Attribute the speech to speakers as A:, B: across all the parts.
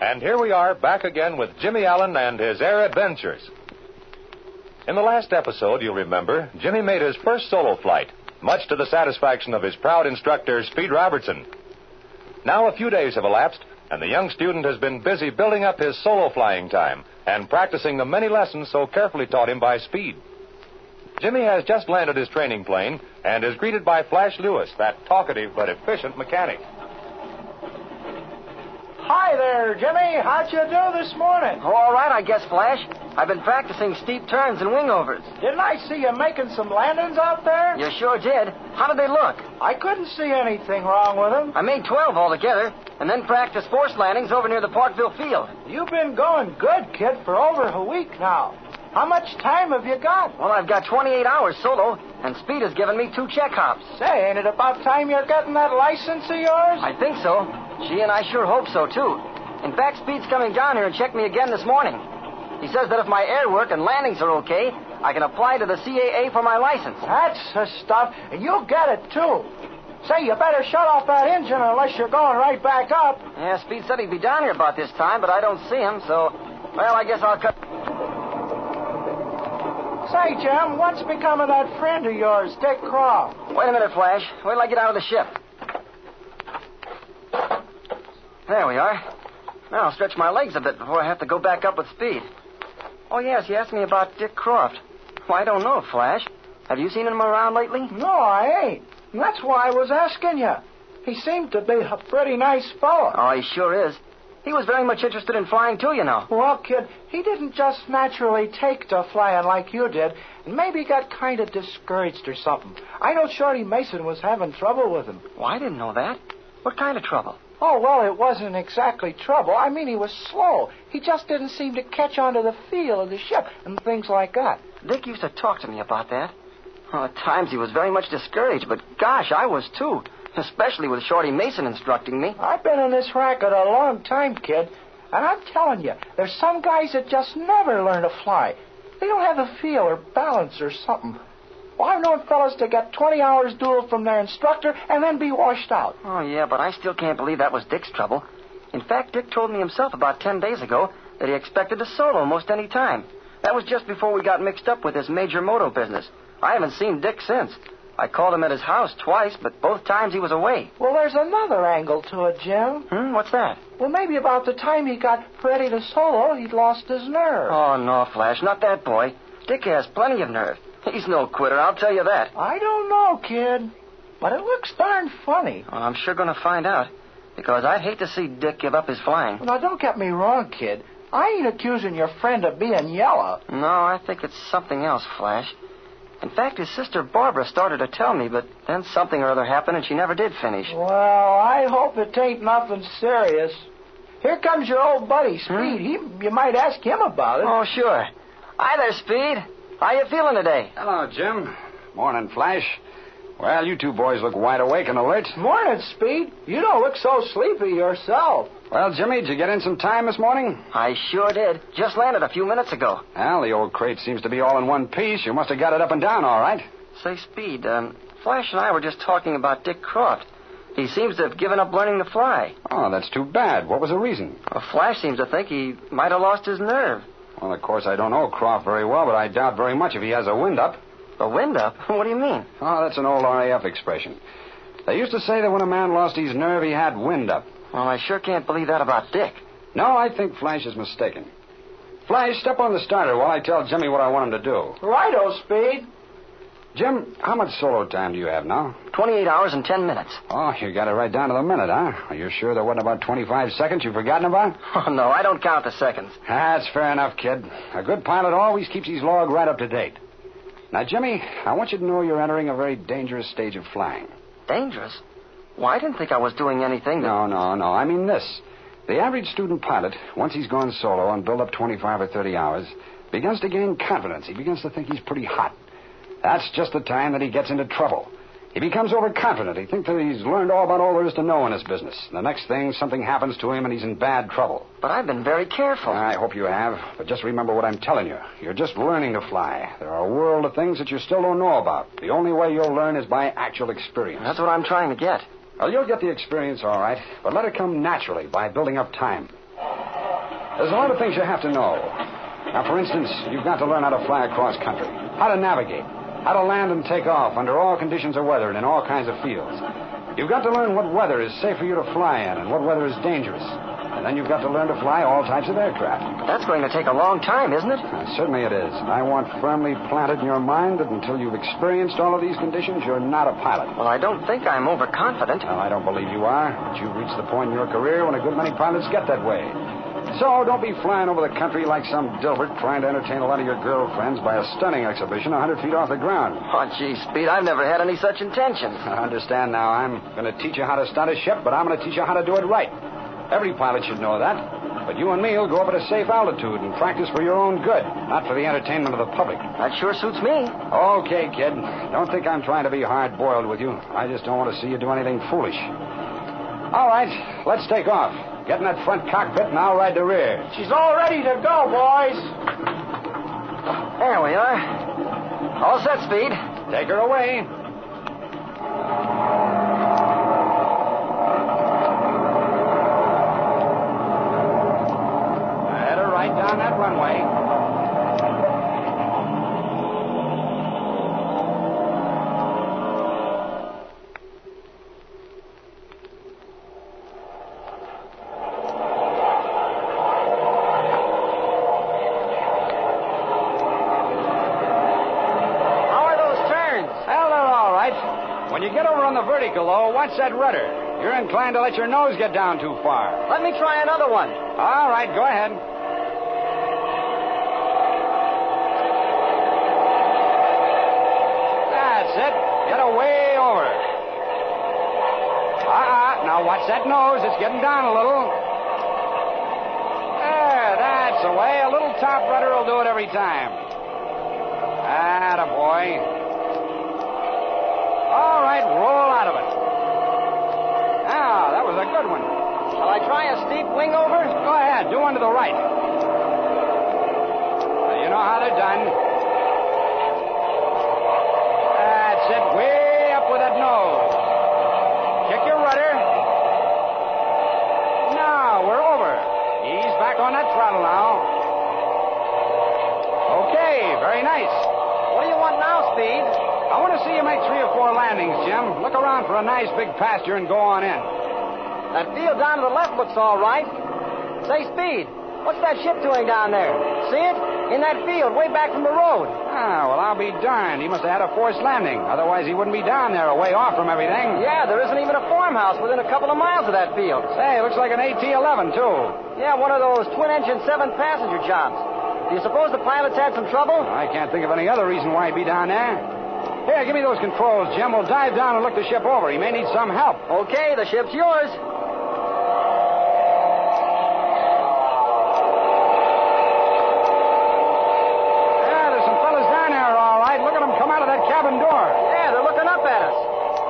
A: And here we are back again with Jimmy Allen and his air adventures. In the last episode, you'll remember, Jimmy made his first solo flight, much to the satisfaction of his proud instructor, Speed Robertson. Now a few days have elapsed, and the young student has been busy building up his solo flying time and practicing the many lessons so carefully taught him by Speed. Jimmy has just landed his training plane and is greeted by Flash Lewis, that talkative but efficient mechanic.
B: Hi there, Jimmy. How'd you do this morning?
C: Oh, all right, I guess, Flash. I've been practicing steep turns and wingovers.
B: Didn't I see you making some landings out there?
C: You sure did. How did they look?
B: I couldn't see anything wrong with them.
C: I made 12 altogether, and then practiced force landings over near the Parkville field.
B: You've been going good, kid, for over a week now. How much time have you got?
C: Well, I've got 28 hours solo, and Speed has given me two check hops.
B: Say, ain't it about time you're getting that license of yours?
C: I think so. She and I sure hope so, too. In fact, Speed's coming down here and checked me again this morning. He says that if my air work and landings are okay, I can apply to the CAA for my license.
B: That's the stuff, and you'll get it, too. Say, you better shut off that engine unless you're going right back up.
C: Yeah, Speed said he'd be down here about this time, but I don't see him, so. Well, I guess I'll cut.
B: Say, Jim, what's become of that friend of yours, Dick Croft?
C: Wait a minute, Flash. Wait till I get out of the ship. There we are. Now I'll stretch my legs a bit before I have to go back up with speed. Oh, yes, you asked me about Dick Croft. Well, I don't know, Flash. Have you seen him around lately?
B: No, I ain't. And that's why I was asking you. He seemed to be a pretty nice fellow.
C: Oh, he sure is. He was very much interested in flying, too, you know.
B: Well, kid, he didn't just naturally take to flying like you did, and maybe got kind of discouraged or something. I know Shorty Mason was having trouble with him.
C: Well, I didn't know that. What kind of trouble?
B: Oh, well, it wasn't exactly trouble. I mean, he was slow. He just didn't seem to catch on to the feel of the ship and things like that.
C: Dick used to talk to me about that. Well, at times he was very much discouraged, but gosh, I was too. Especially with Shorty Mason instructing me.
B: I've been in this racket a long time, kid, and I'm telling you, there's some guys that just never learn to fly. They don't have the feel or balance or something. Well, I've known fellas to get 20 hours duel from their instructor and then be washed out.
C: Oh, yeah, but I still can't believe that was Dick's trouble. In fact, Dick told me himself about ten days ago that he expected to solo most any time. That was just before we got mixed up with this major moto business. I haven't seen Dick since. I called him at his house twice, but both times he was away.
B: Well, there's another angle to it, Jim.
C: Hmm? What's that?
B: Well, maybe about the time he got ready to solo, he'd lost his nerve.
C: Oh, no, Flash, not that boy. Dick has plenty of nerve. He's no quitter, I'll tell you that.
B: I don't know, kid, but it looks darn funny.
C: Well, I'm sure going to find out, because I'd hate to see Dick give up his flying.
B: Now, don't get me wrong, kid. I ain't accusing your friend of being yellow.
C: No, I think it's something else, Flash. In fact, his sister Barbara started to tell me, but then something or other happened and she never did finish.
B: Well, I hope it ain't nothing serious. Here comes your old buddy, Speed. He, you might ask him about it.
C: Oh, sure. Hi there, Speed. How you feeling today?
D: Hello, Jim. Morning, Flash. Well, you two boys look wide awake and alert.
B: Morning, Speed. You don't look so sleepy yourself.
D: Well, Jimmy, did you get in some time this morning?
C: I sure did. Just landed a few minutes ago.
D: Well, the old crate seems to be all in one piece. You must have got it up and down all right.
C: Say, Speed, um, Flash and I were just talking about Dick Croft. He seems to have given up learning to fly.
D: Oh, that's too bad. What was the reason?
C: Well, Flash seems to think he might have lost his nerve.
D: Well, of course, I don't know Croft very well, but I doubt very much if he has a wind up.
C: The wind up? What do you mean?
D: Oh, that's an old RAF expression. They used to say that when a man lost his nerve, he had wind up.
C: Well, I sure can't believe that about Dick.
D: No, I think Flash is mistaken. Flash, step on the starter while I tell Jimmy what I want him to do.
B: Righto, Speed.
D: Jim, how much solo time do you have now?
C: 28 hours and 10 minutes.
D: Oh, you got it right down to the minute, huh? Are you sure there wasn't about 25 seconds you've forgotten about?
C: Oh, no, I don't count the seconds.
D: That's fair enough, kid. A good pilot always keeps his log right up to date. Now, Jimmy, I want you to know you're entering a very dangerous stage of flying.
C: Dangerous? Well, I didn't think I was doing anything. that-
D: No, no, no. I mean this. The average student pilot, once he's gone solo and built up 25 or 30 hours, begins to gain confidence. He begins to think he's pretty hot. That's just the time that he gets into trouble. He becomes overconfident. He thinks that he's learned all about all there is to know in his business. The next thing, something happens to him and he's in bad trouble.
C: But I've been very careful.
D: I hope you have, but just remember what I'm telling you. You're just learning to fly. There are a world of things that you still don't know about. The only way you'll learn is by actual experience.
C: That's what I'm trying to get.
D: Well, you'll get the experience all right, but let it come naturally by building up time. There's a lot of things you have to know. Now, for instance, you've got to learn how to fly across country, how to navigate, how to land and take off under all conditions of weather and in all kinds of fields. You've got to learn what weather is safe for you to fly in and what weather is dangerous. And then you've got to learn to fly all types of aircraft.
C: That's going to take a long time, isn't it?
D: Now, certainly it is. And I want firmly planted in your mind that until you've experienced all of these conditions, you're not a pilot.
C: Well, I don't think I'm overconfident.
D: Well, I don't believe you are, but you've reached the point in your career when a good many pilots get that way. So don't be flying over the country like some dilbert trying to entertain a lot of your girlfriends by a stunning exhibition a 100 feet off the ground.
C: Oh, gee, Speed, I've never had any such intentions.
D: I understand now. I'm going to teach you how to start a ship, but I'm going to teach you how to do it right. Every pilot should know that. But you and me will go up at a safe altitude and practice for your own good, not for the entertainment of the public.
C: That sure suits me.
D: Okay, kid. Don't think I'm trying to be hard boiled with you. I just don't want to see you do anything foolish. All right, let's take off. Get in that front cockpit and I'll ride the rear.
B: She's all ready to go, boys.
C: There we are. All set, Speed.
D: Take her away. Head her right down that runway.
C: How are those turns?
D: Well, they're all right. When you get over on the vertical, though, watch that rudder. You're inclined to let your nose get down too far.
C: Let me try another one.
D: All right, go ahead. That's it. Get away over. Ah, uh now watch that nose. It's getting down a little. There, that's the way. A little top rudder will do it every time. Atta boy. All right, roll out of it. Now, Ah, that was a good one.
C: Shall I try a steep wing over?
D: Go ahead, do one to the right. Now, you know how they're done. That's it, way up with that nose. Kick your rudder. Now, we're over. Ease back on that throttle now. Okay, very nice.
C: What do you want now, Speed?
D: I want to see you make three or four landings, Jim. Look around for a nice big pasture and go on in.
C: That field down to the left looks all right. Say, Speed, what's that ship doing down there? See it? In that field, way back from the road.
D: Ah, well, I'll be darned. He must have had a forced landing. Otherwise, he wouldn't be down there, away off from everything.
C: Yeah, there isn't even a farmhouse within a couple of miles of that field.
D: Say, looks like an AT 11, too.
C: Yeah, one of those twin engine seven passenger jobs. Do you suppose the pilots had some trouble?
D: I can't think of any other reason why he'd be down there. Here, give me those controls, Jim. We'll dive down and look the ship over. He may need some help.
C: Okay, the ship's yours.
D: Yeah, there's some fellas down there, all right. Look at them come out of that cabin door.
C: Yeah, they're looking up at us.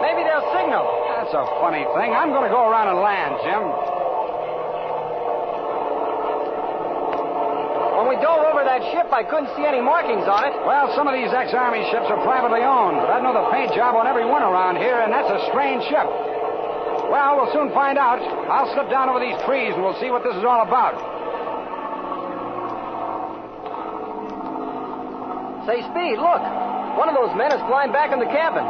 C: Maybe they'll signal.
D: That's a funny thing. I'm going to go around and land, Jim.
C: When we dove over that ship, I couldn't see any markings on it.
D: Well, some of these ex-army ships are privately owned, but I know the paint job on every one around here, and that's a strange ship. Well, we'll soon find out. I'll slip down over these trees and we'll see what this is all about.
C: Say, Speed, look. One of those men is flying back in the cabin.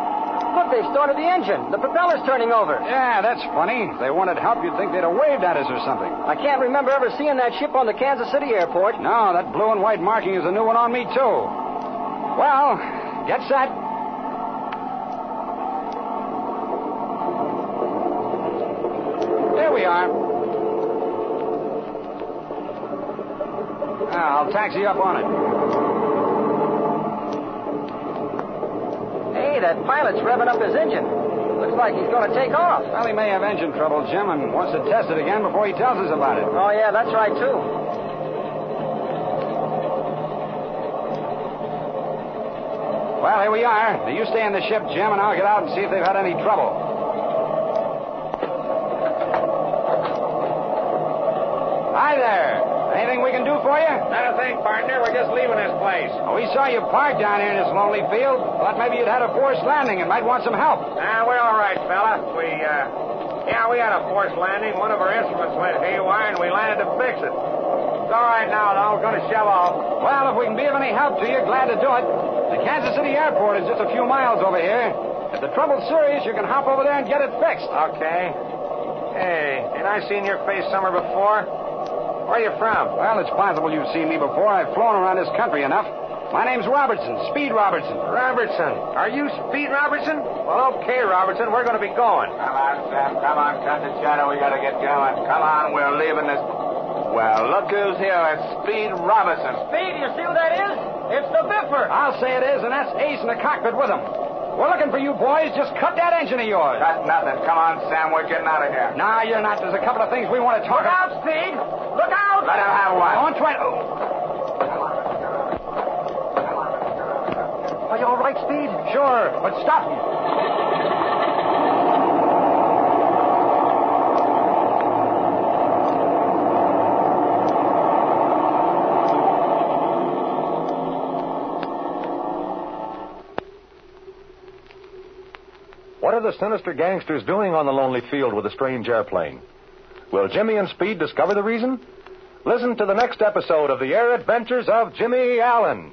C: Look, they've started the engine. The propeller's turning over.
D: Yeah, that's funny. If they wanted help, you'd think they'd have waved at us or something.
C: I can't remember ever seeing that ship on the Kansas City airport.
D: No, that blue and white marking is a new one on me, too. Well, get set. There we are. Ah, I'll taxi up on it.
C: Hey, that pilot's revving up his engine. Looks like he's going to take off.
D: Well, he may have engine trouble, Jim, and wants to test it again before he tells us about it.
C: Oh, yeah, that's right, too.
D: Well, here we are. Now, you stay in the ship, Jim, and I'll get out and see if they've had any trouble. Hi there. Anything we can do for you?
E: Not a thing, partner. We're just leaving this place.
D: Oh, we saw you parked down here in this lonely field. Thought maybe you'd had a forced landing and might want some help.
E: Ah, we're all right, fella. We, uh, Yeah, we had a forced landing. One of our instruments went haywire, and we landed to fix it. It's all right now, though. We're going to shove off.
D: Well, if we can be of any help to you, glad to do it. The Kansas City airport is just a few miles over here. If the trouble's serious, you can hop over there and get it fixed.
E: Okay. Hey, ain't I seen your face somewhere before? Where are you from?
D: Well, it's possible you've seen me before. I've flown around this country enough. My name's Robertson, Speed Robertson.
E: Robertson. Are you Speed Robertson? Well, okay, Robertson. We're going to be going.
B: Come on, Sam. Come on, cut the shadow. We gotta get going. Come on, we're leaving this. Well, look who's here. It's Speed Robinson.
C: Speed, you see who that is? It's the Biffer.
D: I'll say it is, and that's Ace in the cockpit with him. We're looking for you boys. Just cut that engine of yours.
B: Got nothing. Come on, Sam. We're getting out of here.
D: Nah, you're not. There's a couple of things we want to talk about.
C: out, Speed. Look out.
B: Let him have one.
D: On twenty. Oh,
C: Are you all right, Speed?
D: sure, but stop him.
A: What are the sinister gangsters doing on the lonely field with a strange airplane? Will Jimmy and Speed discover the reason? Listen to the next episode of the Air Adventures of Jimmy Allen.